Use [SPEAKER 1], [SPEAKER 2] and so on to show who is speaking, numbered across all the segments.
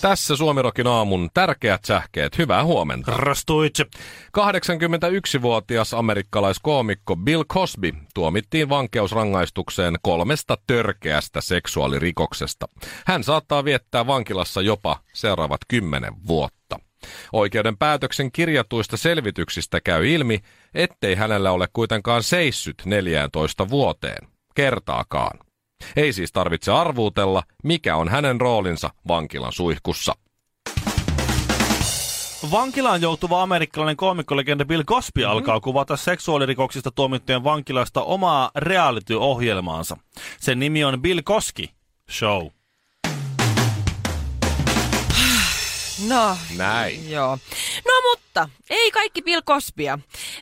[SPEAKER 1] Tässä Suomirokin aamun tärkeät sähkeet. Hyvää huomenta.
[SPEAKER 2] Rastuitse.
[SPEAKER 1] 81-vuotias amerikkalaiskoomikko Bill Cosby tuomittiin vankeusrangaistukseen kolmesta törkeästä seksuaalirikoksesta. Hän saattaa viettää vankilassa jopa seuraavat kymmenen vuotta. Oikeuden päätöksen kirjatuista selvityksistä käy ilmi, ettei hänellä ole kuitenkaan seissyt 14 vuoteen. Kertaakaan. Ei siis tarvitse arvuutella, mikä on hänen roolinsa vankilan suihkussa.
[SPEAKER 2] Vankilaan joutuva amerikkalainen koomikkolegenda Bill Cosby alkaa kuvata seksuaalirikoksista tuomittujen vankilasta omaa reality-ohjelmaansa. Sen nimi on Bill Koski Show.
[SPEAKER 3] No,
[SPEAKER 1] Näin.
[SPEAKER 3] joo. No mutta, ei kaikki Bill Cosbya.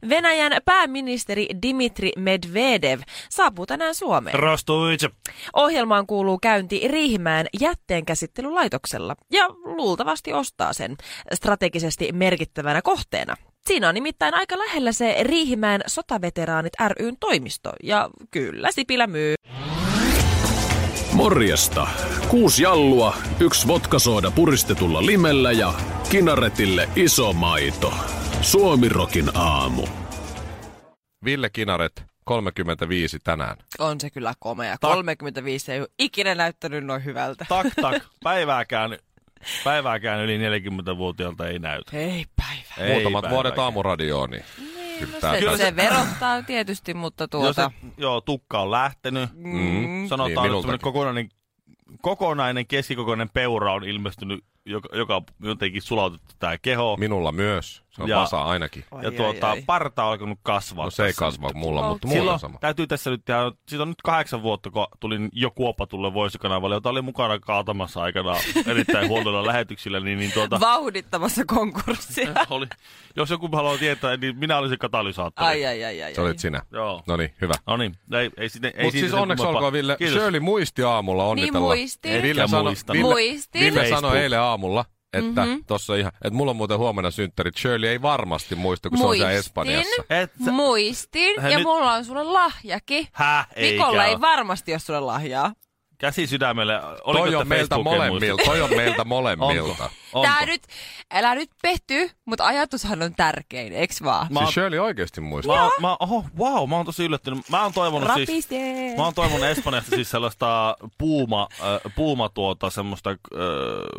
[SPEAKER 3] Venäjän pääministeri Dimitri Medvedev saapuu tänään Suomeen.
[SPEAKER 2] Rastuitse.
[SPEAKER 3] Ohjelmaan kuuluu käynti Riihimäen jätteenkäsittelylaitoksella ja luultavasti ostaa sen strategisesti merkittävänä kohteena. Siinä on nimittäin aika lähellä se Riihimäen sotaveteraanit ryn toimisto ja kyllä Sipilä myy.
[SPEAKER 4] Morjesta. Kuusi jallua, yksi vodkasooda puristetulla limellä ja kinaretille iso maito. Suomirokin aamu.
[SPEAKER 1] Ville Kinaret, 35 tänään.
[SPEAKER 3] On se kyllä komea. 35 ei ole ikinä näyttänyt noin hyvältä.
[SPEAKER 2] Tak tak. Päivääkään, päivääkään yli 40-vuotiaalta ei näytä.
[SPEAKER 3] Ei päivä.
[SPEAKER 2] Ei
[SPEAKER 1] Muutamat
[SPEAKER 2] päivääkään.
[SPEAKER 1] vuodet aamuradioon. Niin. Kyllä tää-
[SPEAKER 3] no Se,
[SPEAKER 2] Kyllä
[SPEAKER 3] se,
[SPEAKER 2] se-
[SPEAKER 3] verottaa tietysti, mutta
[SPEAKER 2] Joo, se,
[SPEAKER 3] tuota...
[SPEAKER 2] joo, tukka on lähtenyt.
[SPEAKER 1] Mm. Niin,
[SPEAKER 2] Sanotaan, että
[SPEAKER 1] minultakin.
[SPEAKER 2] semmoinen kokonainen, kokonainen keskikokoinen peura on ilmestynyt, joka, joka on jotenkin sulautettu tämä keho.
[SPEAKER 1] Minulla myös. Se on
[SPEAKER 2] Ja-
[SPEAKER 1] vasa ainakin.
[SPEAKER 3] Oi,
[SPEAKER 2] ja
[SPEAKER 3] oi,
[SPEAKER 2] tuota,
[SPEAKER 3] oi.
[SPEAKER 2] parta on alkanut kasvaa.
[SPEAKER 1] No se ei
[SPEAKER 2] tässä
[SPEAKER 1] kasva
[SPEAKER 2] nyt.
[SPEAKER 1] mulla, mutta mulla on
[SPEAKER 2] Silloin
[SPEAKER 1] sama.
[SPEAKER 2] täytyy tässä nyt tehdä, siitä on nyt kahdeksan vuotta, kun tulin jo kuopatulle voisikanavalle, jota oli mukana kaatamassa aikanaan erittäin huonoilla lähetyksillä, niin, niin tuota,
[SPEAKER 3] Vauhdittamassa konkurssia.
[SPEAKER 2] oli, jos joku haluaa tietää, niin minä olisin katalysaattori.
[SPEAKER 3] Ai, ai, ai, ai.
[SPEAKER 1] Se olit sinä.
[SPEAKER 2] Joo.
[SPEAKER 1] No niin, hyvä.
[SPEAKER 2] No niin, ei, ei, siitä- ei
[SPEAKER 1] Mutta
[SPEAKER 2] siitä
[SPEAKER 1] siis
[SPEAKER 2] sen
[SPEAKER 1] onneksi
[SPEAKER 2] kummempaa.
[SPEAKER 1] olkoon Ville.
[SPEAKER 2] Kiitos.
[SPEAKER 1] Shirley muisti aamulla onnitella.
[SPEAKER 3] Niin muistin.
[SPEAKER 1] Ei, Ville
[SPEAKER 2] Eikä
[SPEAKER 1] sanoi,
[SPEAKER 2] muistanut.
[SPEAKER 1] Ville,
[SPEAKER 3] Muistin.
[SPEAKER 1] Ville
[SPEAKER 2] Facebook.
[SPEAKER 1] sanoi eilen aamulla, että
[SPEAKER 3] Mhm.
[SPEAKER 1] mm-hmm. tossa ihan, että mulla on muuten huomenna synttärit. Shirley ei varmasti muista, kun se on siellä
[SPEAKER 5] Muistin.
[SPEAKER 1] Espanjassa.
[SPEAKER 2] Et sä-
[SPEAKER 5] Muistin
[SPEAKER 2] Hän
[SPEAKER 5] ja
[SPEAKER 2] nyt-
[SPEAKER 5] mulla on sulle lahjakin.
[SPEAKER 2] Häh,
[SPEAKER 3] Mikolla
[SPEAKER 2] eikä
[SPEAKER 3] ei varmasti ole sulle lahjaa.
[SPEAKER 2] Käsi sydämelle. Oliko
[SPEAKER 1] Toi
[SPEAKER 2] tätä
[SPEAKER 1] on meiltä
[SPEAKER 2] Facebookin
[SPEAKER 1] molemmilta.
[SPEAKER 2] muistista?
[SPEAKER 1] Toi on meiltä molemmilta. Siis
[SPEAKER 2] Onko? Onko?
[SPEAKER 5] Tää nyt, älä nyt petty, mutta ajatushan on tärkein, eks vaan?
[SPEAKER 2] Mä oon-
[SPEAKER 1] Siis Shirley oikeasti muistaa.
[SPEAKER 2] Mä, oon- mä, oho, wow, mä oon tosi yllättynyt. Mä oon toivonut siis...
[SPEAKER 3] Rapiste!
[SPEAKER 2] Mä oon toivonut Espanjasta siis sellaista puuma, äh, puuma tuota, semmoista äh,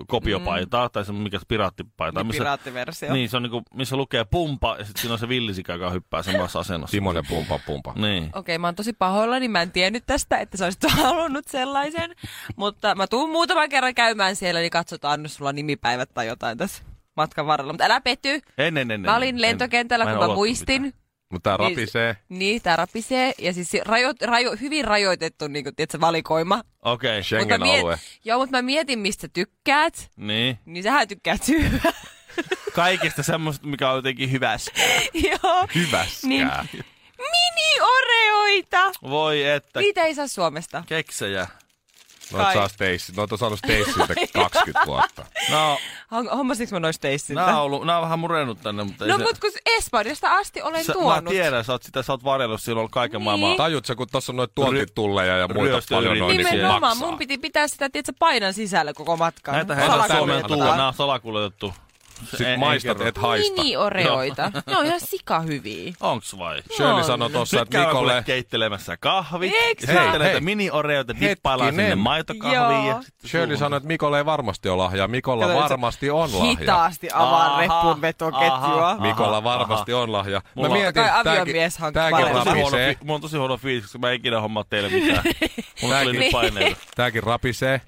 [SPEAKER 2] kopiopaitaa, mm. tai semmoinen mikä se piraattipaita.
[SPEAKER 3] Niin
[SPEAKER 2] Missä,
[SPEAKER 3] Piraattiversio.
[SPEAKER 2] niin, se on niinku, missä lukee pumpa, ja sitten siinä on se villisikä, joka hyppää samassa asennossa.
[SPEAKER 1] Timonen pumpa pumpa.
[SPEAKER 2] Niin.
[SPEAKER 3] Okei, mä oon tosi pahoillani, mä en tiennyt tästä, että sä olisit halunnut sellaisen. Mutta mä tuun muutaman kerran käymään siellä, niin katsotaan, jos sulla on nimipäivät tai jotain tässä matkan varrella. Mutta älä petty,
[SPEAKER 2] En, en, en,
[SPEAKER 3] mä
[SPEAKER 2] en,
[SPEAKER 3] olin
[SPEAKER 2] en.
[SPEAKER 3] lentokentällä,
[SPEAKER 2] en
[SPEAKER 3] kun mä
[SPEAKER 2] odottanut
[SPEAKER 3] muistin.
[SPEAKER 2] mitään.
[SPEAKER 1] Mutta tää rapisee.
[SPEAKER 3] Niin, tää rapisee. Ja siis se rajo, rajo, hyvin rajoitettu niin kuin, tiedätkö, valikoima.
[SPEAKER 2] Okei, okay.
[SPEAKER 3] Mut mä
[SPEAKER 1] Schengen-alue.
[SPEAKER 3] joo, mutta mä mietin, mistä tykkäät.
[SPEAKER 2] niin.
[SPEAKER 3] Niin sähän tykkäät hyvää.
[SPEAKER 2] Kaikesta semmoista, mikä on jotenkin hyvässä.
[SPEAKER 3] joo.
[SPEAKER 1] Hyväskää.
[SPEAKER 3] Niin. Mini-oreoita!
[SPEAKER 2] Voi että,
[SPEAKER 3] Niitä ei saa Suomesta.
[SPEAKER 2] keksejä.
[SPEAKER 1] Noit
[SPEAKER 3] Kai.
[SPEAKER 1] saa Stacy. Noit on saanut Stacyltä 20 vuotta.
[SPEAKER 2] No,
[SPEAKER 3] Hon- Hommasinko mä noista teissiltä?
[SPEAKER 2] nää on, ollut, nää on vähän murennut tänne, mutta ei
[SPEAKER 3] No
[SPEAKER 2] se...
[SPEAKER 3] mut kun Espanjasta asti olen
[SPEAKER 2] Sä,
[SPEAKER 3] tuonut.
[SPEAKER 2] Mä tiedän, sä oot, sitä, sä oot varjellut silloin kaiken
[SPEAKER 3] Niin.
[SPEAKER 2] maailman.
[SPEAKER 1] Tajut sä, kun tossa on noit tuontitulleja ja muita
[SPEAKER 2] Ryöstö-
[SPEAKER 1] paljon noin niin
[SPEAKER 3] Nimenomaan,
[SPEAKER 1] maksaa.
[SPEAKER 3] mun piti pitää sitä, tietsä, painan sisällä koko matkaa.
[SPEAKER 2] Näitä
[SPEAKER 1] Anna
[SPEAKER 2] heitä
[SPEAKER 1] tänne,
[SPEAKER 2] Suomeen
[SPEAKER 1] anna
[SPEAKER 2] tulla,
[SPEAKER 1] tänne.
[SPEAKER 2] nää on salakuljetettu. Ei- ei
[SPEAKER 1] Sit maistat,
[SPEAKER 2] kerro.
[SPEAKER 1] et
[SPEAKER 3] Niin,
[SPEAKER 1] haista.
[SPEAKER 3] Mini-oreoita. ne on ihan sikahyviä.
[SPEAKER 2] Onks vai?
[SPEAKER 1] Shirley
[SPEAKER 3] On.
[SPEAKER 1] sanoi tossa,
[SPEAKER 2] Nyt
[SPEAKER 1] että
[SPEAKER 2] käydään kuule
[SPEAKER 1] Nikolle...
[SPEAKER 2] keittelemässä kahvit.
[SPEAKER 3] Eiks
[SPEAKER 2] ja
[SPEAKER 1] vaan? Hei.
[SPEAKER 2] Sitten näitä mini-oreoita dippaillaan sinne
[SPEAKER 1] Hetkinen.
[SPEAKER 2] maitokahviin.
[SPEAKER 3] Joo.
[SPEAKER 2] Ja sitten
[SPEAKER 1] Shirley
[SPEAKER 2] suuhun.
[SPEAKER 1] sanoi, että Mikolla ei varmasti ole lahjaa. Mikolla
[SPEAKER 3] Kato, että
[SPEAKER 1] No varmasti on lahja.
[SPEAKER 3] Hitaasti avaa
[SPEAKER 2] Aha,
[SPEAKER 3] repun vetoketjua.
[SPEAKER 2] aha.
[SPEAKER 1] Mikolla varmasti on lahja. Mä
[SPEAKER 2] Mulla-
[SPEAKER 1] mietin,
[SPEAKER 3] Kai
[SPEAKER 1] tääkin,
[SPEAKER 3] aviomies hankki
[SPEAKER 1] tääkin
[SPEAKER 2] Mulla on, tosi huono,
[SPEAKER 1] rapisee.
[SPEAKER 2] fi- mulla on tosi huono fiilis, koska mä en ikinä hommaa teille mitään. Mulla tuli
[SPEAKER 1] Tääkin.
[SPEAKER 2] nyt paineita.
[SPEAKER 1] Tääkin rapisee.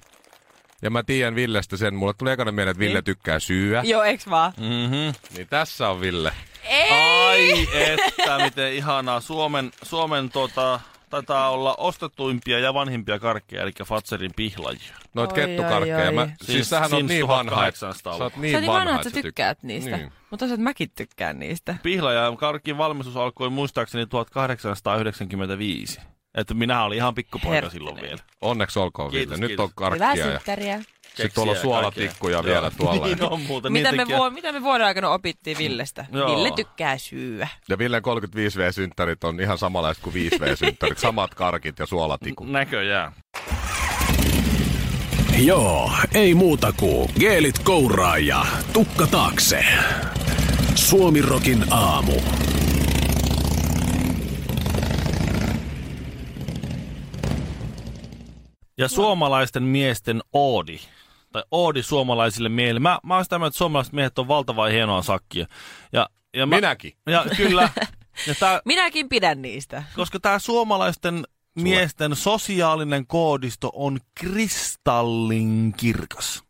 [SPEAKER 1] Ja mä tiedän Villestä sen. Mulle tuli ekana mieleen, että
[SPEAKER 3] Niin.
[SPEAKER 1] Ville tykkää syyä.
[SPEAKER 3] Joo, eiks vaan?
[SPEAKER 1] Niin tässä on Ville.
[SPEAKER 2] Ai että, miten ihanaa. Suomen, Suomen tota, taitaa olla ostetuimpia ja vanhimpia karkkeja, eli Fatserin pihlajia.
[SPEAKER 1] Noit
[SPEAKER 6] Oi,
[SPEAKER 1] kettukarkkeja.
[SPEAKER 6] oi, oi.
[SPEAKER 1] Mä, siis,
[SPEAKER 2] Sims-
[SPEAKER 1] siis sähän on
[SPEAKER 2] Sims
[SPEAKER 1] niin vanha, että sä
[SPEAKER 2] 1800-luku.
[SPEAKER 1] oot
[SPEAKER 3] Sä
[SPEAKER 1] niin
[SPEAKER 3] oot niin vanha,
[SPEAKER 1] vanha,
[SPEAKER 3] että sä
[SPEAKER 1] tyk-
[SPEAKER 3] tykkäät niistä.
[SPEAKER 1] Niin.
[SPEAKER 3] Mutta tosiaan mäkin tykkään niitä.
[SPEAKER 2] Pihlajan karkin valmistus alkoi muistaakseni 1895. Että minä olin ihan pikkupoika
[SPEAKER 3] Herttinen.
[SPEAKER 2] silloin vielä.
[SPEAKER 1] Onneksi olkoon,
[SPEAKER 2] Kiitos,
[SPEAKER 1] Ville. Nyt
[SPEAKER 2] kiitos.
[SPEAKER 1] on karkkia ja sitten tuolla on
[SPEAKER 2] Keksiä ja kaikkea.
[SPEAKER 1] suolatikkuja
[SPEAKER 2] Joo.
[SPEAKER 1] vielä tuolla.
[SPEAKER 2] Niin on muuten.
[SPEAKER 3] Mitä
[SPEAKER 2] niitäkin
[SPEAKER 3] me,
[SPEAKER 2] on.
[SPEAKER 3] vuo, mitä me vuoden aikana opittiin Villestä?
[SPEAKER 2] Joo.
[SPEAKER 3] Ville tykkää syyä.
[SPEAKER 1] Ja Villen 35V-synttärit on ihan samanlaiset kuin 5V-synttärit. Samat karkit ja suolatikut.
[SPEAKER 2] Näköjään.
[SPEAKER 4] Joo, ei muuta kuin geelit kouraa ja tukka taakse. Suomirokin aamu.
[SPEAKER 2] Ja suomalaisten miesten oodi. Tai oodi suomalaisille miehille. Mä, mä oon sitä mieltä, että suomalaiset miehet on valtavan hienoa sakkia. Ja, ja mä,
[SPEAKER 1] Minäkin.
[SPEAKER 2] Ja kyllä. Ja tää,
[SPEAKER 3] Minäkin pidän niistä.
[SPEAKER 2] koska tämä suomalaisten miesten sosiaalinen koodisto on kristallinkirkas.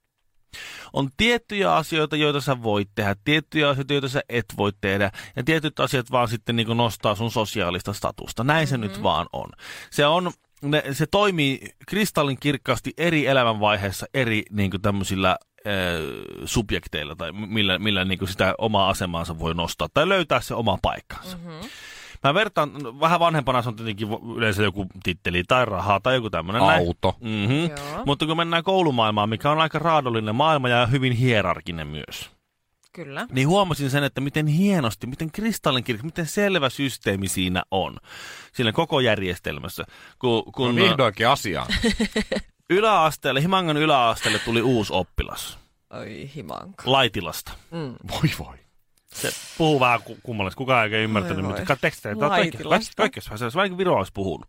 [SPEAKER 2] On tiettyjä asioita, joita sä voit tehdä, tiettyjä asioita, joita sä et voi tehdä, ja tietyt asiat vaan sitten niin nostaa sun sosiaalista statusta. Näin se nyt vaan on. Se on, ne, se toimii kristallinkirkkaasti eri elämänvaiheessa eri niin tämmöisillä eh, subjekteilla tai millä, millä niin sitä omaa asemaansa voi nostaa tai löytää se oma paikkansa. Mä vertaan, no, vähän vanhempana se on tietenkin vo- yleensä joku titteli tai rahaa tai joku tämmöinen.
[SPEAKER 1] Auto.
[SPEAKER 2] Mm-hmm.
[SPEAKER 3] Joo.
[SPEAKER 2] Mutta kun mennään koulumaailmaan, mikä on aika raadollinen maailma ja hyvin hierarkinen myös,
[SPEAKER 3] Kyllä.
[SPEAKER 2] niin huomasin sen, että miten hienosti, miten kristallinkirkka, miten selvä systeemi siinä on, siinä koko järjestelmässä. Kun,
[SPEAKER 1] No
[SPEAKER 2] kun
[SPEAKER 1] vihdoinkin asiaan.
[SPEAKER 2] yläasteelle, Himangan yläasteelle tuli uusi oppilas
[SPEAKER 3] Oi himanka.
[SPEAKER 2] Laitilasta.
[SPEAKER 3] Mm.
[SPEAKER 1] Voi voi.
[SPEAKER 2] Se puhuu vähän ku- kummallisesti, kukaan ei oikein ymmärtänyt,
[SPEAKER 3] Voi voi.
[SPEAKER 2] mutta ka- tekstejä, tämä on
[SPEAKER 3] Laitilasta.
[SPEAKER 2] oikeassa- oikeassa se olisi vaikka Viro olisi puhunut.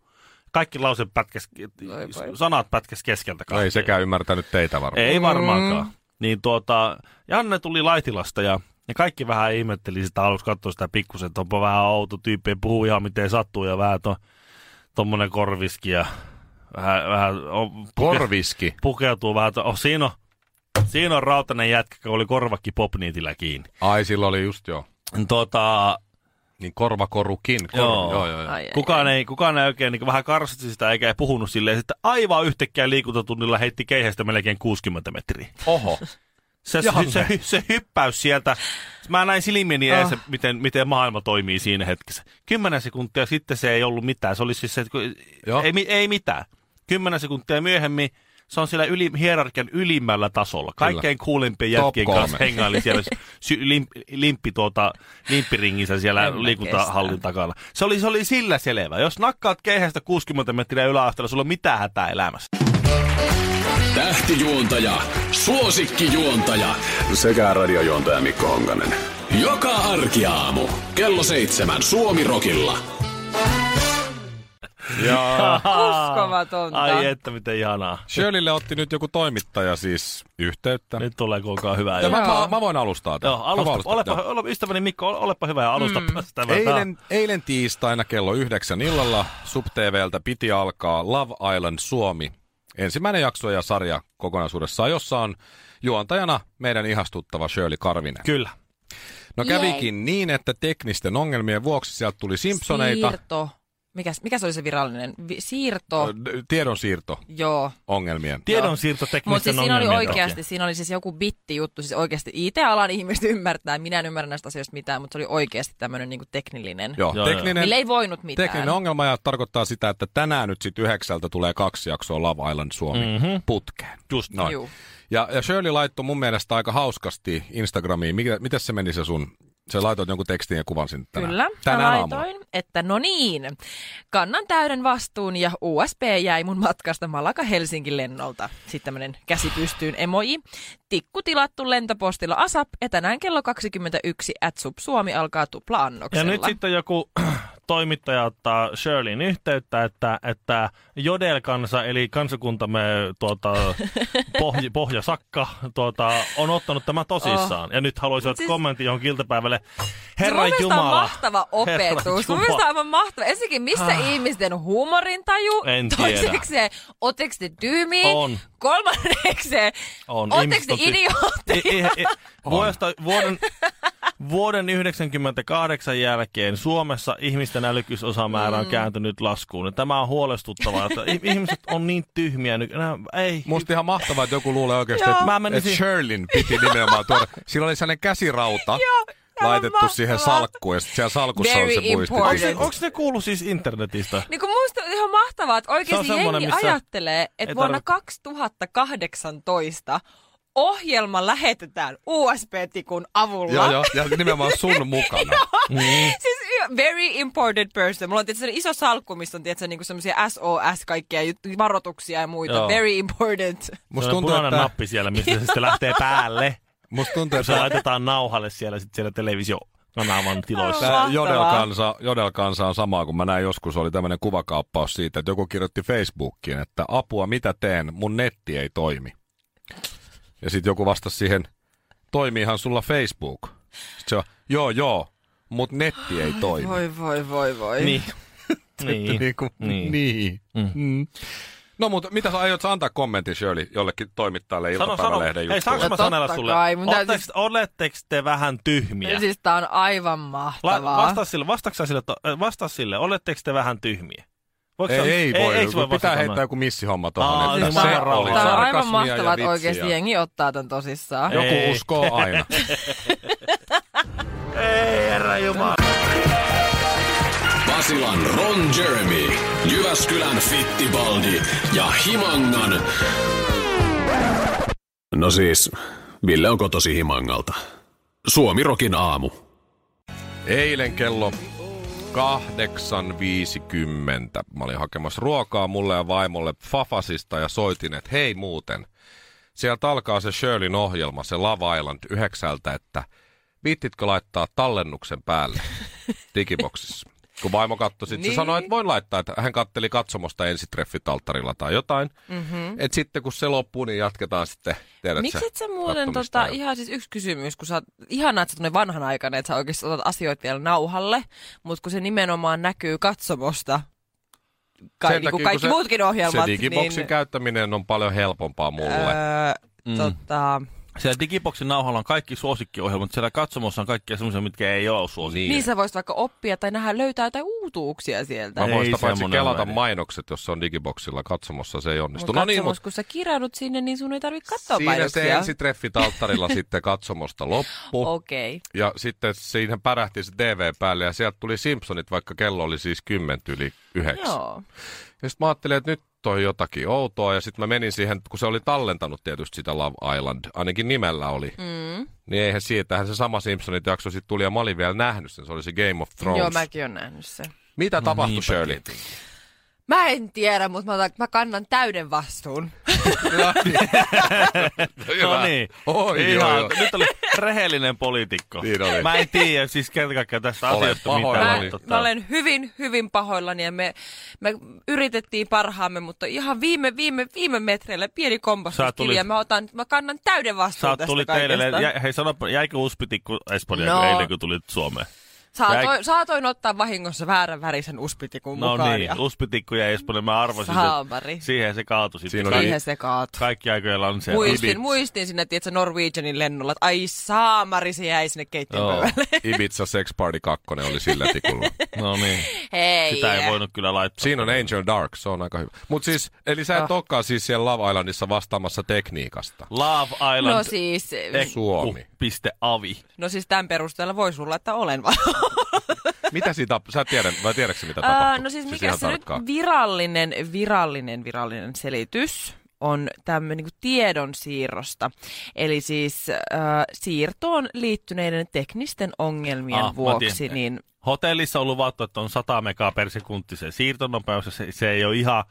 [SPEAKER 2] Kaikki lause pätkäs,
[SPEAKER 3] voi.
[SPEAKER 2] sanat pätkäs keskeltä.
[SPEAKER 1] No ei
[SPEAKER 2] kahteen.
[SPEAKER 1] sekään ymmärtänyt teitä varmaan.
[SPEAKER 3] Mm.
[SPEAKER 2] Ei varmaankaan. Niin tuota, Janne tuli Laitilasta ja, ja kaikki vähän ihmetteli sitä aluksi, katsoi sitä pikkusen, että onpa vähän outo tyyppi, ei puhu ihan miten sattuu ja vähän to, tommonen korviski ja vähän, vähän on, puke,
[SPEAKER 1] Korviski.
[SPEAKER 2] pukeutuu vähän, to, oh, siinä on, siinä on rautainen jätkä, kun oli korvakki popniitillä kiinni.
[SPEAKER 1] Ai, sillä oli just joo.
[SPEAKER 2] Tota,
[SPEAKER 1] Niin korvakorukin. Kor-
[SPEAKER 2] Joo.
[SPEAKER 1] joo. joo, joo, joo.
[SPEAKER 3] Ai, ai,
[SPEAKER 2] kukaan, ei, kukaan ei oikein niin vähän karsatsi sitä eikä ei puhunut silleen, että aivan yhtäkkiä liikuntatunnilla heitti keihästä melkein 60 metriä.
[SPEAKER 1] Oho.
[SPEAKER 2] Se, se,
[SPEAKER 1] Janne.
[SPEAKER 2] se, hy- se hyppäys sieltä. Mä näin silmieni oh.
[SPEAKER 1] Ah.
[SPEAKER 2] edessä, miten, miten maailma toimii siinä hetkessä. Kymmenen sekuntia sitten se ei ollut mitään. Se oli siis se, että kun-
[SPEAKER 1] Joo.
[SPEAKER 2] ei, mi- ei mitään. Kymmenen sekuntia myöhemmin se on siellä yli, hierarkian ylimmällä tasolla. Kaikkein kuulimpien
[SPEAKER 1] Top
[SPEAKER 2] jätkien
[SPEAKER 1] kolme.
[SPEAKER 2] kanssa hengaili siellä sy, lim, limppi, tuota, limppiringissä
[SPEAKER 3] En
[SPEAKER 2] siellä
[SPEAKER 3] mä
[SPEAKER 2] liikuntahallin
[SPEAKER 3] kestä.
[SPEAKER 2] takana. Se oli, se oli sillä selvä. Jos nakkaat keihästä 60 metriä yläasteella, sulla on mitään hätää elämässä.
[SPEAKER 4] Tähtijuontaja, suosikkijuontaja sekä radiojuontaja Mikko Honkanen. Joka arkiaamu kello seitsemän Suomirokilla.
[SPEAKER 1] Ja
[SPEAKER 3] Uskomatonta.
[SPEAKER 2] Ai että miten ihanaa.
[SPEAKER 1] Shirleylle otti nyt joku toimittaja siis yhteyttä.
[SPEAKER 2] Nyt tulee kuulkaa hyvää.
[SPEAKER 1] Ja
[SPEAKER 2] iltaa.
[SPEAKER 1] mä, mä, mä voin alustaa. tämän.
[SPEAKER 2] Joo,
[SPEAKER 1] Mä
[SPEAKER 2] alusta,
[SPEAKER 1] voin
[SPEAKER 2] alusta,
[SPEAKER 1] alustaa,
[SPEAKER 2] olepa,
[SPEAKER 1] joo.
[SPEAKER 2] ole, ystäväni Mikko, ole- olepa hyvä alusta mm. tämä.
[SPEAKER 1] Eilen, eilen tiistaina kello yhdeksän illalla SubTVltä piti alkaa Love Island Suomi. Ensimmäinen jakso ja sarja kokonaisuudessaan, jossa on juontajana meidän ihastuttava Shirley Karvinen.
[SPEAKER 2] Kyllä.
[SPEAKER 1] No kävikin niin, että teknisten ongelmien vuoksi sieltä tuli Simpsoneita.
[SPEAKER 3] Siirto. Mikäs, mikäs oli se virallinen? Vi- siirto.
[SPEAKER 1] Siir- tiedonsiirto
[SPEAKER 3] Joo.
[SPEAKER 1] ongelmien.
[SPEAKER 2] Tiedonsiirto
[SPEAKER 3] Mutta
[SPEAKER 2] teknisten
[SPEAKER 3] siis siinä oli
[SPEAKER 2] ongelmien
[SPEAKER 3] oikeasti,
[SPEAKER 2] takia.
[SPEAKER 3] siinä oli siis joku bittijuttu, siis oikeasti IT-alan ihmiset ymmärtää, minä en ymmärrä näistä asioista mitään, mutta se oli oikeasti tämmöinen niinku teknillinen.
[SPEAKER 1] Joo,
[SPEAKER 2] Joo,
[SPEAKER 1] joo,
[SPEAKER 2] joo.
[SPEAKER 1] tekninen,
[SPEAKER 3] Niillä ei voinut mitään.
[SPEAKER 1] tekninen ongelma ja tarkoittaa sitä, että tänään nyt sitten yhdeksältä tulee kaksi jaksoa Love Island Suomi mm-hmm. putkeen.
[SPEAKER 2] Just
[SPEAKER 1] Noin.
[SPEAKER 3] Juu.
[SPEAKER 1] Ja, ja Shirley laittoi mun mielestä aika hauskasti Instagramiin. Mikä, miten se meni se sun? Sä laitoit jonkun tekstin ja kuvan sinne tänään.
[SPEAKER 3] Kyllä,
[SPEAKER 1] tänään
[SPEAKER 3] mä
[SPEAKER 1] aamulla.
[SPEAKER 3] laitoin, että no niin, kannan täyden vastuun ja USB jäi mun matkasta Malaka Helsingin lennolta. Sitten tämmönen käsi pystyyn emoji. Tikku tilattu lentopostilla ASAP ja tänään kello 21 at Sub Suomi alkaa
[SPEAKER 2] Ja
[SPEAKER 3] tupla-annoksella.
[SPEAKER 2] nyt sitten joku toimittaja ottaa Shirleyin yhteyttä, että, että Jodel-kansa, eli kansakuntamme tuota, pohj, pohjasakka, tuota, on ottanut tämän tosissaan. Ja nyt haluaisin siis...
[SPEAKER 3] Siis-
[SPEAKER 2] kommentin johonkin iltapäivälle.
[SPEAKER 3] Se
[SPEAKER 2] Herra
[SPEAKER 3] mun mielestä on
[SPEAKER 2] Jumala.
[SPEAKER 3] mahtava
[SPEAKER 2] Herra
[SPEAKER 3] opetus. Mun mielestä
[SPEAKER 2] Jumala. Ah.
[SPEAKER 3] on aivan mahtava. Ensinnäkin, missä ihmisten huumorintaju?
[SPEAKER 2] En tiedä.
[SPEAKER 3] Toisekseen, oteks te tyymiin?
[SPEAKER 2] On.
[SPEAKER 3] Kolmannekseen,
[SPEAKER 2] On.
[SPEAKER 3] Ootteko
[SPEAKER 2] Ihmiset
[SPEAKER 3] te
[SPEAKER 2] on ty-
[SPEAKER 3] idiootteja?
[SPEAKER 2] Ei- ei- ei- Vuodesta, vuoden, Vuoden 1998 jälkeen Suomessa ihmisten älykkyysosamäärä
[SPEAKER 3] Mm.
[SPEAKER 2] on kääntynyt laskuun. Ja Tämä on huolestuttavaa, että ih- ihmiset on niin tyhmiä nykyään. Ei,
[SPEAKER 1] Musta ihan mahtavaa, että joku luulee oikeasti,
[SPEAKER 2] Joo.
[SPEAKER 1] että,
[SPEAKER 2] Mä menisin-
[SPEAKER 1] että Sherlin piti nimenomaan tuoda. Sillä oli sellainen käsirauta laitettu
[SPEAKER 3] mahtavaa.
[SPEAKER 1] siihen salkkuun ja sitten siellä salkussa
[SPEAKER 3] Very
[SPEAKER 1] on se muisti.
[SPEAKER 3] important.
[SPEAKER 2] onko ne, onks ne kuullut siis internetistä?
[SPEAKER 3] Niin kun musta on ihan mahtavaa, että oikeasti
[SPEAKER 2] Se on
[SPEAKER 3] jengi
[SPEAKER 2] semmoinen,
[SPEAKER 3] missä
[SPEAKER 2] missä
[SPEAKER 3] ajattelee, että
[SPEAKER 2] ei
[SPEAKER 3] vuonna
[SPEAKER 2] tarvitse-
[SPEAKER 3] 2018 ohjelma lähetetään USB-tikun avulla.
[SPEAKER 1] Joo, joo, ja nimenomaan sun mukana.
[SPEAKER 2] Niin.
[SPEAKER 3] Siis y- very important person. Mulla on tietysti sellainen iso salkku, missä on tietysti niinku semmoisia SOS kaikkia jut- varoituksia ja muita.
[SPEAKER 2] Joo.
[SPEAKER 3] Very important.
[SPEAKER 2] Musta
[SPEAKER 1] Musta
[SPEAKER 2] tuntuu,
[SPEAKER 1] tuntuu,
[SPEAKER 2] punainen
[SPEAKER 1] että,
[SPEAKER 2] nappi siellä, mistä se sitten lähtee päälle.
[SPEAKER 1] musta tuntuu,
[SPEAKER 2] Se
[SPEAKER 1] että
[SPEAKER 2] laitetaan nauhalle siellä, sit siellä televisiokanavan tiloissa.
[SPEAKER 1] Tämä
[SPEAKER 3] Mahtavaa.
[SPEAKER 1] Jodel-kansa, Jodel-kansa on samaa, kun mä näin joskus, oli tämmöinen kuvakaappaus siitä, että joku kirjoitti Facebookiin, että apua, mitä teen, mun netti ei toimi. Ja sitten joku vastasi siihen, toimiihan sulla Facebook. Sitten se on, joo, joo, mut netti ei toimi.
[SPEAKER 3] Voi, voi, voi, voi.
[SPEAKER 2] Niin.
[SPEAKER 1] Niin.
[SPEAKER 2] niin.
[SPEAKER 1] Niin kuin,
[SPEAKER 2] Niin.
[SPEAKER 1] niin. niin. Mm. No mutta mitä sä aiot sä antaa kommentin Shirley jollekin toimittajalle
[SPEAKER 2] Sano, sano.
[SPEAKER 1] iltapäivälehden
[SPEAKER 2] Hei, saanko
[SPEAKER 1] juttuun?
[SPEAKER 2] mä
[SPEAKER 3] Totta
[SPEAKER 2] sanella sulle?
[SPEAKER 3] kai, mun
[SPEAKER 2] Oletteko,
[SPEAKER 3] täytyy-
[SPEAKER 2] oletteko te vähän tyhmiä?
[SPEAKER 3] Siis tää on aivan
[SPEAKER 2] La,
[SPEAKER 3] mahtavaa.
[SPEAKER 2] vastaa sille, vastaa sille, että- äh, vastaa sille, oletteko te vähän tyhmiä? Voiko
[SPEAKER 1] Ei,
[SPEAKER 2] sä-
[SPEAKER 1] ei, voi,
[SPEAKER 2] eikö
[SPEAKER 1] kun pitää
[SPEAKER 2] vastata
[SPEAKER 1] heittää
[SPEAKER 2] noin?
[SPEAKER 1] joku missihomma tuohon.
[SPEAKER 2] Aa,
[SPEAKER 1] että
[SPEAKER 2] niin
[SPEAKER 1] se
[SPEAKER 2] mä-
[SPEAKER 1] oli
[SPEAKER 2] Tää on
[SPEAKER 3] Tämä on aivan
[SPEAKER 1] sarkasmia ja
[SPEAKER 3] mahtavaa,
[SPEAKER 1] vitsiä.
[SPEAKER 3] että oikeasti jengi ottaa tämän tosissaan.
[SPEAKER 2] Joo.
[SPEAKER 1] Joku
[SPEAKER 2] Ei.
[SPEAKER 1] uskoo aina.
[SPEAKER 2] Ei, herra Jumala.
[SPEAKER 4] Pasilan Ron Jeremy, Jyväskylän Fittibaldi ja Himangan... No siis, Ville onko tosi Himangalta? Suomirokin aamu.
[SPEAKER 1] Eilen kello 8.50. Mä olin hakemassa ruokaa mulle ja vaimolle Fafasista ja soitin, että hei muuten. Sieltä alkaa se Shirleyn ohjelma, se Lava Island yhdeksältä, että viittitkö laittaa tallennuksen päälle digiboksissa. Kun vaimo katsoi, sit niin. se sanoi, että voin laittaa, että hän katteli katsomosta ensitreffit alttarilla tai jotain. Mm-hmm. Et sitten kun se loppuu, niin jatketaan sitten, tiedätkö,
[SPEAKER 3] Miksi et sä muuten
[SPEAKER 1] kattomista
[SPEAKER 3] tota,
[SPEAKER 1] ja-
[SPEAKER 3] ihan siis yksi kysymys, kun sä oot, ihanaa, että sä oot vanhan aikana, että sä oikeasti otat asioita vielä nauhalle, mutta kun se nimenomaan näkyy katsomosta,
[SPEAKER 1] Sen
[SPEAKER 3] kai, niin kuin
[SPEAKER 1] takia,
[SPEAKER 3] kaikki
[SPEAKER 1] kun se-
[SPEAKER 3] muutkin ohjelmat,
[SPEAKER 1] Se digiboksin
[SPEAKER 3] niin,
[SPEAKER 1] käyttäminen on paljon helpompaa mulle.
[SPEAKER 3] öö, mm. tota,
[SPEAKER 2] Siellä Digiboksin nauhalla on kaikki suosikkiohjelmat, siellä katsomossa on kaikkia semmoisia, mitkä ei ole suosikki.
[SPEAKER 3] niin sä voisit vaikka oppia tai nähdä löytää jotain uutuuksia sieltä.
[SPEAKER 1] Mä
[SPEAKER 2] Ei
[SPEAKER 1] voin sitä paitsi
[SPEAKER 2] semmonen
[SPEAKER 1] kelata
[SPEAKER 2] väri.
[SPEAKER 1] mainokset, jos se on digiboksilla katsomossa, se ei onnistu.
[SPEAKER 3] Mut
[SPEAKER 1] No niin,
[SPEAKER 3] katsomos,
[SPEAKER 1] mutta
[SPEAKER 3] kun sä kirjaudut sinne, niin sun ei tarvitse katsoa
[SPEAKER 1] siinä se
[SPEAKER 3] mainoksia. Oh.
[SPEAKER 1] ensitreffit alttarilla sitten katsomosta loppu.
[SPEAKER 3] Okei. Okay.
[SPEAKER 1] Ja sitten siinä pärähti se TV päälle ja sieltä tuli Simpsonit, vaikka kello oli siis kymmentä yli yhdeksän.
[SPEAKER 3] Joo.
[SPEAKER 1] Ja sitten mä ajattelin, että nyt toi jotakin outoa. Ja sitten mä menin siihen, kun se oli tallentanut tietysti sitä Love Island, ainakin nimellä oli. Mm. Niin eihän siitähän se sama Simpsonit jakso sitten tuli ja mä olin vielä nähnyt sen. Se oli se Game of Thrones.
[SPEAKER 3] Joo, mäkin oon nähnyt sen.
[SPEAKER 1] Mitä no, tapahtui,
[SPEAKER 2] niin,
[SPEAKER 1] Shirley?
[SPEAKER 3] Mä en tiedä, mutta mä, otan- mä kannan täyden vastuun.
[SPEAKER 2] No niin.
[SPEAKER 1] niin. Oi, joo,
[SPEAKER 2] Ihan,
[SPEAKER 1] joo.
[SPEAKER 2] Nyt oli rehellinen poliitikko.
[SPEAKER 1] Niin oli.
[SPEAKER 2] Mä en tiedä siis kerta kaikkiaan tästä
[SPEAKER 1] Olen
[SPEAKER 2] asiasta
[SPEAKER 1] pahoillani.
[SPEAKER 2] mitään.
[SPEAKER 3] Mä,
[SPEAKER 1] oli
[SPEAKER 2] mutta- tota,
[SPEAKER 3] mä olen hyvin, hyvin pahoillani ja me, me yritettiin parhaamme, mutta ihan viime, viime, viime metreillä pieni
[SPEAKER 2] Sä
[SPEAKER 3] kompastuskivi
[SPEAKER 2] tulit-
[SPEAKER 3] ja mä, otan, mä kannan täyden
[SPEAKER 2] Sä
[SPEAKER 3] vastuun
[SPEAKER 2] oot
[SPEAKER 3] tästä
[SPEAKER 2] tuli
[SPEAKER 3] kaikesta.
[SPEAKER 2] teille, jä, hei sanoppa, jäikö uspitikku Espanjaan
[SPEAKER 3] No.
[SPEAKER 2] no. eilen kun tulit Suomeen?
[SPEAKER 3] Saatoin,
[SPEAKER 2] jäi-
[SPEAKER 3] saatoin ottaa vahingossa väärän värisen uspitikun
[SPEAKER 2] No
[SPEAKER 3] mukaan
[SPEAKER 2] niin,
[SPEAKER 3] ja
[SPEAKER 2] uspitikku jäi Espanjaan, mä arvasin,
[SPEAKER 3] Saamari.
[SPEAKER 2] että siihen se kaatui sitten.
[SPEAKER 1] Siinä oli-
[SPEAKER 3] siihen se kaatui.
[SPEAKER 2] Kaikki aikojen lanseja.
[SPEAKER 3] Muistin, muistin sinne, tietsä, Norwegianin lennolla, että ai saamari, se jäi sinne keittiönpöydälle.
[SPEAKER 1] Ibiza Sex Party 2 oli sillä tikulla.
[SPEAKER 2] No niin,
[SPEAKER 3] Hei.
[SPEAKER 2] sitä ei voinut kyllä laittaa.
[SPEAKER 1] Siinä on Angel Dark, se on aika hyvä. Mut siis, eli sä et ah. olekaan siis siellä Love Islandissa vastaamassa tekniikasta.
[SPEAKER 2] Love Island.
[SPEAKER 3] No siis,
[SPEAKER 1] Suomi.
[SPEAKER 2] Suomi.avi.
[SPEAKER 3] no siis tämän perusteella voi sulla, että olen vaan.
[SPEAKER 1] Mitä siitä, sä tiedän, vai tiedätkö mitä
[SPEAKER 3] Ää,
[SPEAKER 1] tapahtuu?
[SPEAKER 3] no siis mikä
[SPEAKER 1] ihan
[SPEAKER 3] siis se nyt
[SPEAKER 1] tarkkaan.
[SPEAKER 3] virallinen, virallinen, virallinen selitys on tämmöinen niin tiedonsiirrosta. Eli siis äh, siirtoon liittyneiden teknisten ongelmien
[SPEAKER 2] Ah, mä
[SPEAKER 3] vuoksi,
[SPEAKER 2] tiedän.
[SPEAKER 3] niin
[SPEAKER 2] Hotellissa on luvattu, että on 100 megaa per sekunti se siirtonopeus, ja se, se ei ole ihan,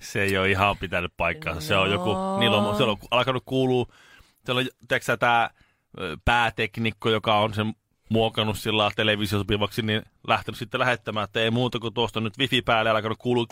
[SPEAKER 2] se ei ole ihan pitänyt paikkaansa. Se on joku,
[SPEAKER 3] No.
[SPEAKER 2] niillä on, siellä on alkanut kuulua, siellä on, tiedätkö tämä pääteknikko, joka on sen muokannut sillä lailla televisiosopivaksi, niin lähtenyt sitten lähettämään, että ei muuta kuin tuosta nyt wifi päälle ja alkanut kuulua.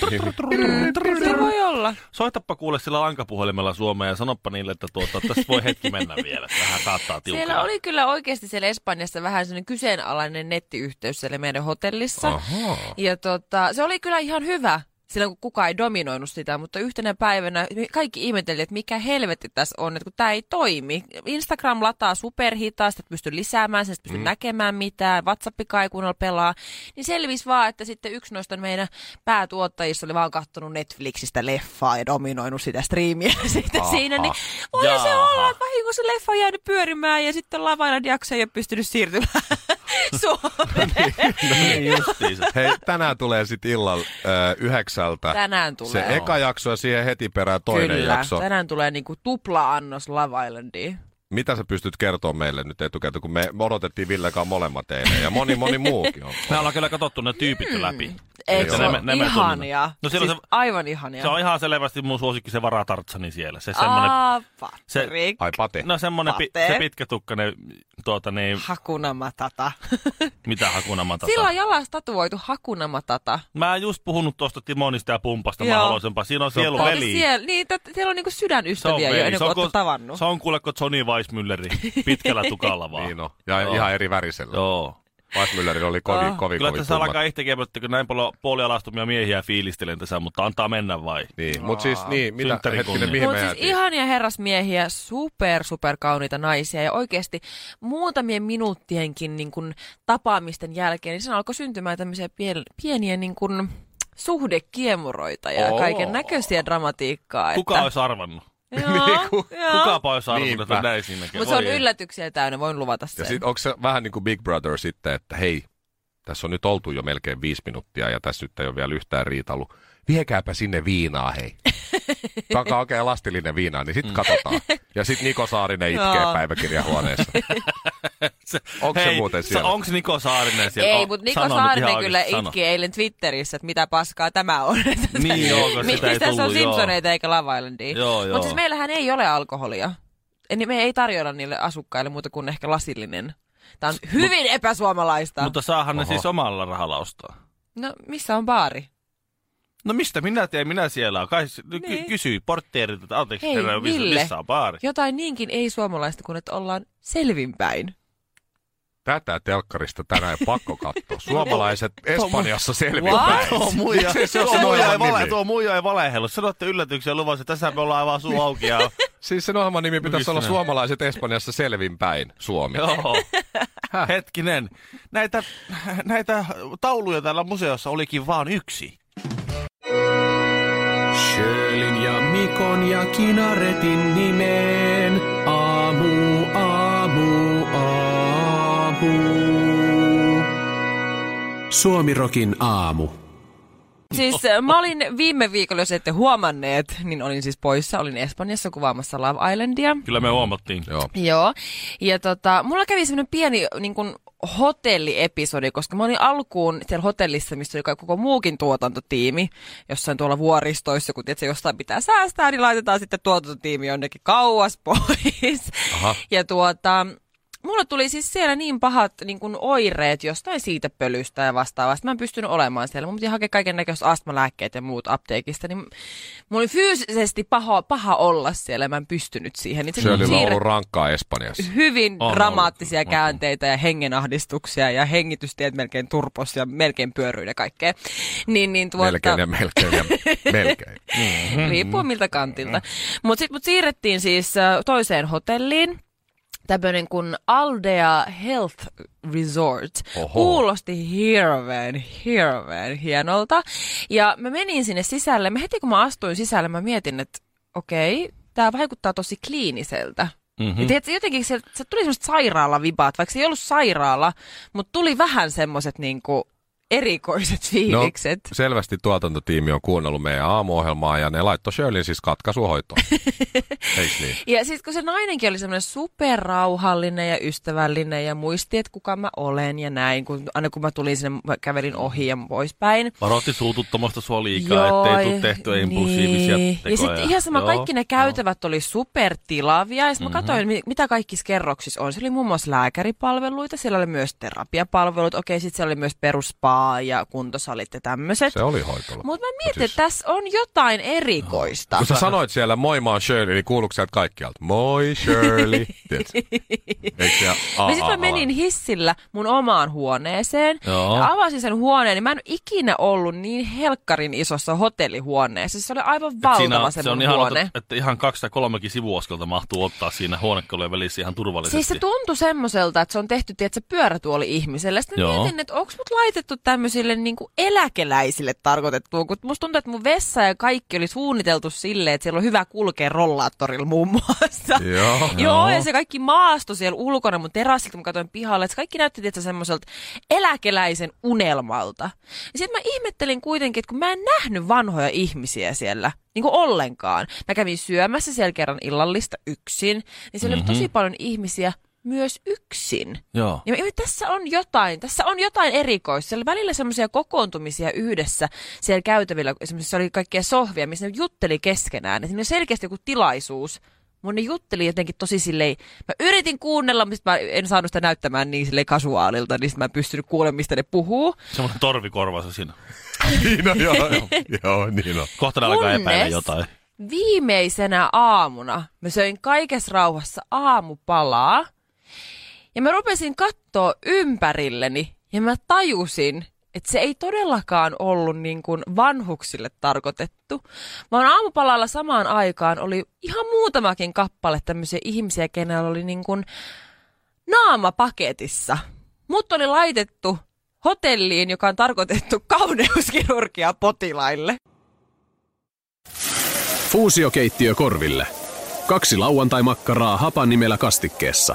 [SPEAKER 3] se voi olla.
[SPEAKER 2] Soitappa kuule sillä lankapuhelimella Suomeen ja sanoppa niille, että tuota, tässä voi hetki mennä vielä, että vähän saattaa tiukkaa.
[SPEAKER 3] Siellä oli kyllä oikeasti siellä Espanjassa vähän sellainen kyseenalainen nettiyhteys siellä meidän hotellissa.
[SPEAKER 1] Ahaa.
[SPEAKER 3] Ja tota, se oli kyllä ihan hyvä. silloin kun kukaan ei dominoinut sitä, mutta yhtenä päivänä kaikki ihmeteli, että mikä helvetti tässä on, että kun tämä ei toimi. Instagram lataa superhitaasti, että pysty lisäämään sen, et pysty mm. näkemään mitään, WhatsApp kaikunnalla pelaa, niin selvisi vaan, että sitten yksi noista meidän päätuottajista oli vaan kattonut Netflixistä leffaa ja dominoinut sitä striimiä sitten
[SPEAKER 1] Aha.
[SPEAKER 3] siinä, niin voi
[SPEAKER 2] Jaaha.
[SPEAKER 3] se olla, että vahingossa leffa on jäänyt pyörimään ja sitten Lavanan jakso ei ole pystynyt siirtymään Suomeen.
[SPEAKER 2] No niin, justiinsa.
[SPEAKER 1] Hei, tänään tulee sitten illalla äh, yhdeksältä
[SPEAKER 3] Tänään tulee.
[SPEAKER 1] se eka jakso ja siihen heti perään toinen
[SPEAKER 3] Kyllä,
[SPEAKER 1] jakso.
[SPEAKER 3] tänään tulee niinku tupla-annos Love Islandiin.
[SPEAKER 1] Mitä sä pystyt kertomaan meille nyt etukäteen, kun me odotettiin Villekaan molemmat eilen ja moni moni muukin on.
[SPEAKER 2] Me ollaan kyllä katsottu ne tyypit jo läpi.
[SPEAKER 3] Mm. Eikö se
[SPEAKER 1] Joo.
[SPEAKER 3] ole
[SPEAKER 2] Nämä- nämä
[SPEAKER 3] ihania?
[SPEAKER 2] tunne- No siellä on
[SPEAKER 3] siis
[SPEAKER 2] se-
[SPEAKER 3] aivan ihania.
[SPEAKER 2] Se on ihan selvästi mun suosikki se varatartsani siellä. Se semmonen,
[SPEAKER 3] Aa,
[SPEAKER 2] se-
[SPEAKER 3] Patrik.
[SPEAKER 1] Ai Pate.
[SPEAKER 2] no semmonen pi,
[SPEAKER 3] Pate.
[SPEAKER 2] se pitkätukkainen, tuota niin,
[SPEAKER 3] Hakunamatata.
[SPEAKER 2] mitä hakuna matata.
[SPEAKER 3] Sillä on jalas tatuoitu Hakunamatata.
[SPEAKER 2] Mä en just puhunut tuosta Timonista ja Pumpasta,
[SPEAKER 3] Joo.
[SPEAKER 2] mä haluan senpä. Siinä on sielu
[SPEAKER 3] Onko
[SPEAKER 2] veli.
[SPEAKER 3] Siellä, niin, tät- siellä on niinku sydänystäviä jo ennen kuin olette
[SPEAKER 2] ku-
[SPEAKER 3] tavannut.
[SPEAKER 2] se on kuuleko Johnny Weissmülleri pitkällä tukalla vaan.
[SPEAKER 1] Niin on. Ja
[SPEAKER 2] Joo.
[SPEAKER 1] ihan eri värisellä.
[SPEAKER 2] Joo.
[SPEAKER 1] Weissmüllerillä oli kovi,
[SPEAKER 3] Ah.
[SPEAKER 1] kovi,
[SPEAKER 2] Kyllä
[SPEAKER 1] kovi
[SPEAKER 2] tässä
[SPEAKER 1] tummat.
[SPEAKER 2] alkaa itse kevyttä, kun näin paljon puolialastumia miehiä fiilistelen tässä, mutta antaa mennä vai?
[SPEAKER 1] Niin, mutta siis niin, mitä,
[SPEAKER 2] Synttärin
[SPEAKER 1] hetkinen,
[SPEAKER 2] kunnia.
[SPEAKER 1] mihin
[SPEAKER 3] Mut
[SPEAKER 1] me
[SPEAKER 3] siis
[SPEAKER 1] jäätiin?
[SPEAKER 3] ihania herrasmiehiä, super, super kauniita naisia ja oikeasti muutamien minuuttienkin niin kun, tapaamisten jälkeen, niin siinä alkoi syntymään tämmöisiä pien, pieniä niin kun, suhdekiemuroita ja
[SPEAKER 1] Oo.
[SPEAKER 3] kaiken näköisiä dramatiikkaa.
[SPEAKER 2] Kuka Niin
[SPEAKER 3] että,
[SPEAKER 2] olisi arvannut?
[SPEAKER 3] Joo, joo.
[SPEAKER 2] Kukapa olisi arvannut,
[SPEAKER 1] Niinpä.
[SPEAKER 2] että näin siinäkin.
[SPEAKER 3] Mutta se on
[SPEAKER 2] Voi ei.
[SPEAKER 3] yllätyksiä täynnä, voin luvata sen.
[SPEAKER 1] Ja sitten onko se vähän niin kuin Big Brother sitten, että hei, tässä on nyt oltu jo melkein viisi minuuttia ja tässä nyt ei ole vielä yhtään riitailu. Viekääpä sinne viinaa, hei. Takaa oikein lastillinen viinaa, niin sitten katsotaan. Ja sitten Niko Saarinen itkee
[SPEAKER 3] Joo.
[SPEAKER 1] päiväkirjahuoneessa. Onko se
[SPEAKER 2] Hei,
[SPEAKER 1] muuten siellä?
[SPEAKER 2] Onko Niko Saarinen siellä?
[SPEAKER 3] Ei,
[SPEAKER 2] On-
[SPEAKER 3] mutta Niko
[SPEAKER 2] oh, sano nyt ihan
[SPEAKER 3] Saarinen
[SPEAKER 2] oikeesti,
[SPEAKER 3] kyllä
[SPEAKER 2] sano.
[SPEAKER 3] itki eilen Twitterissä, että mitä paskaa tämä on.
[SPEAKER 2] Niin joo, kun
[SPEAKER 3] Mi-
[SPEAKER 2] sitä ei
[SPEAKER 3] Mistä se on
[SPEAKER 2] tullut, joo.
[SPEAKER 3] Simpsoneita eikä Love Islandia?
[SPEAKER 2] Joo, joo.
[SPEAKER 3] Mutta siis meillähän ei ole alkoholia. Eli me ei tarjolla niille asukkaille muuta kuin ehkä lasillinen. Tämä on hyvin epäsuomalaista.
[SPEAKER 2] Mutta saahan ne
[SPEAKER 1] Oho.
[SPEAKER 2] siis omalla rahalla ostaa.
[SPEAKER 3] no, missä on baari?
[SPEAKER 2] No mistä minä teen, minä siellä on. Kai, niin. ky-
[SPEAKER 3] Niin.
[SPEAKER 2] kysyi portteerilta, että anteeksi,
[SPEAKER 3] Hei,
[SPEAKER 2] teillä on missä,
[SPEAKER 3] Ville.
[SPEAKER 2] missä on baari.
[SPEAKER 3] Jotain niinkin ei-suomalaista kuin, että ollaan selvinpäin.
[SPEAKER 2] No.
[SPEAKER 1] Tätä telkkarista tänään ei pakko katsoa. Suomalaiset Espanjassa
[SPEAKER 3] What?
[SPEAKER 1] selviää.
[SPEAKER 2] Tuo muija,
[SPEAKER 1] Miksei se ole
[SPEAKER 2] tuo
[SPEAKER 1] sen
[SPEAKER 2] muija, ei
[SPEAKER 1] ohjelman
[SPEAKER 2] vale,
[SPEAKER 1] nimi?
[SPEAKER 2] tuo muija ei valehellut. Sanotte yllätyksiä luvassa, että tässä me ollaan vaan suu auki ja...
[SPEAKER 1] Siis sen ohjelman nimi pitäisi
[SPEAKER 2] Miksi
[SPEAKER 1] olla
[SPEAKER 2] näin?
[SPEAKER 1] Suomalaiset Espanjassa selvinpäin Suomi.
[SPEAKER 2] Joo. Hetkinen. Näitä, näitä tauluja täällä museossa olikin vaan yksi.
[SPEAKER 4] Sjölin ja Mikon ja Kinaretin nimeen. Aamu, aamu, aamu. Suomirokin aamu.
[SPEAKER 3] Siis äh, mä olin viime viikolla, jos ette huomanneet, niin olin siis poissa. Olin Espanjassa kuvaamassa Love Islandia.
[SPEAKER 2] Kyllä me huomattiin.
[SPEAKER 1] Joo.
[SPEAKER 3] Joo, ja tota, mulla kävi semmoinen pieni niin kuin hotelliepisodi, koska mä olin alkuun siellä hotellissa, missä oli kai koko muukin tuotantotiimi, jossain tuolla vuoristoissa, kun tiedätkö, jostain pitää säästää, niin laitetaan sitten tuotantotiimi jonnekin kauas pois.
[SPEAKER 1] Aha.
[SPEAKER 3] Ja tuota, mulla tuli siis siellä niin pahat niin kuin oireet jostain siitä pölystä ja vastaavasta. Mä en pystynyt olemaan siellä. Mun piti hakea kaiken näköiset astmalääkkeet ja muut apteekista. Niin mulla oli fyysisesti paha, paha olla siellä ja mä en pystynyt siihen. Niin se
[SPEAKER 1] Sjölillä on
[SPEAKER 3] siirrettiin
[SPEAKER 1] ollut rankkaa Espanjassa.
[SPEAKER 3] hyvin
[SPEAKER 2] On
[SPEAKER 3] on dramaattisia
[SPEAKER 2] ollut, on
[SPEAKER 3] käänteitä ja hengenahdistuksia ja hengitystiet melkein turpos ja melkein pyöryy ja kaikkea. Niin, niin tuota,
[SPEAKER 1] Melkein ja melkein ja melkein.
[SPEAKER 3] Mm-hmm. riippuu miltä kantilta. Mutta sitten mut siirrettiin siis äh, toiseen hotelliin tämmöinen kuin Aldea Health Resort.
[SPEAKER 1] Oho.
[SPEAKER 3] Kuulosti hirveän, hirveän hienolta. Ja mä menin sinne sisälle. Mä heti kun mä astuin sisälle, mä mietin, että okei, tämä vaikuttaa tosi kliiniseltä. Mm-hmm. Ja tiedätkö, jotenkin se, se tuli semmoiset sairaalavibaat, vaikka se ei ollut sairaala, mutta tuli vähän semmoiset niinku erikoiset fiilikset.
[SPEAKER 1] No, selvästi tuotantotiimi on kuunnellut meidän aamuohjelmaa ja ne laittoi Shirleyn siis katkaisuhoitoon. Eiks niin?
[SPEAKER 3] Ja sitten kun se nainenkin oli semmoinen superrauhallinen ja ystävällinen ja muisti, että kuka mä olen ja näin, kun, aina kun mä tulin sinne, mä kävelin ohi ja poispäin.
[SPEAKER 2] Varoitti suututtamasta sua liikaa, Joo, ettei tule tehtyä impulsiivisia
[SPEAKER 3] niin.
[SPEAKER 2] tekoja.
[SPEAKER 3] Ja sitten ihan sama,
[SPEAKER 2] Joo,
[SPEAKER 3] kaikki ne
[SPEAKER 2] joo. Mhm.
[SPEAKER 3] käytävät oli supertilavia. Ja sitten mä katsoin, mi- mitä kaikissa kerroksissa on. Siellä oli muun muassa lääkäripalveluita, siellä oli myös terapiapalveluita. Okei, sitten siellä oli myös peruspa hoitolaa ja kuntosalit ja tämmöiset.
[SPEAKER 1] Se oli hoitola.
[SPEAKER 3] Mutta mä mietin, että tässä on jotain erikoista.
[SPEAKER 1] Kun sä sanoit siellä moi mä oon Shirley, niin kuuluuko sieltä kaikkialta? Moi Shirley. Tiedätkö? Eikö siellä
[SPEAKER 3] No
[SPEAKER 1] aa,
[SPEAKER 3] sit
[SPEAKER 1] aa,
[SPEAKER 3] mä
[SPEAKER 1] aa?
[SPEAKER 3] menin hissillä mun omaan huoneeseen
[SPEAKER 2] Joo.
[SPEAKER 3] ja avasin sen huoneen, niin mä en ole ikinä ollut niin helkkarin isossa hotellihuoneessa. Se oli aivan
[SPEAKER 2] Et
[SPEAKER 3] valtava
[SPEAKER 2] on-
[SPEAKER 3] se,
[SPEAKER 2] se
[SPEAKER 3] mun
[SPEAKER 2] on ihan,
[SPEAKER 3] huone.
[SPEAKER 2] että, että ihan kaksi tai kolmekin sivuaskelta mahtuu ottaa siinä huonekalujen välissä ihan turvallisesti.
[SPEAKER 3] Siis se tuntui semmoiselta, että se on tehty, tiedätkö, pyörätuoli ihmiselle. Sitten mä
[SPEAKER 2] Joo.
[SPEAKER 3] mietin, että onko mut laitettu tämmöisille niin kuin eläkeläisille tarkoitettuun, kun musta tuntuu, että mun vessa ja kaikki oli suunniteltu silleen, että siellä on hyvä kulkea rollaattorilla muun muassa.
[SPEAKER 1] Joo.
[SPEAKER 3] Joo, ja se kaikki maasto siellä ulkona mun terassilta, kun mä katsoin pihalle, että se kaikki näytti tietysti semmoiselta eläkeläisen unelmalta. Ja sitten mä ihmettelin kuitenkin, että kun mä en nähnyt vanhoja ihmisiä siellä, niin kuin ollenkaan. Mä kävin syömässä siellä kerran illallista yksin, niin siellä mm-hmm. oli tosi paljon ihmisiä myös yksin.
[SPEAKER 2] Joo.
[SPEAKER 3] Ja mä ihmettelin, tässä on jotain, tässä on jotain erikoista. Siellä oli välillä semmoisia kokoontumisia yhdessä siellä käytävillä, esimerkiksi oli kaikkia sohvia, missä ne jutteli keskenään. Että ne oli selkeästi joku tilaisuus, mutta ne jutteli jotenkin tosi silleen, mä yritin kuunnella, mutta sit mä en saanut sitä näyttämään niin silleen kasuaalilta, niin sit mä en pystynyt kuulemaan, mistä ne puhuu.
[SPEAKER 2] Semmoinen torvikorva se siinä.
[SPEAKER 1] niin on, joo, joo, joo, niin on.
[SPEAKER 2] Kohta ne alkaa
[SPEAKER 3] Kunnes-
[SPEAKER 2] epäillä jotain.
[SPEAKER 3] viimeisenä aamuna mä söin kaikessa rauhassa aamupalaa. Ja mä rupesin katsoa ympärilleni ja mä tajusin, että se ei todellakaan ollut niin kuin vanhuksille tarkoitettu, vaan aamupalalla samaan aikaan oli ihan muutamakin kappale tämmöisiä ihmisiä, kenellä oli niin kuin naama paketissa. Mut oli laitettu hotelliin, joka on tarkoitettu kauneuskirurgia potilaille.
[SPEAKER 4] Fuusiokeittiö korville. Kaksi lauantai-makkaraa hapan nimellä kastikkeessa.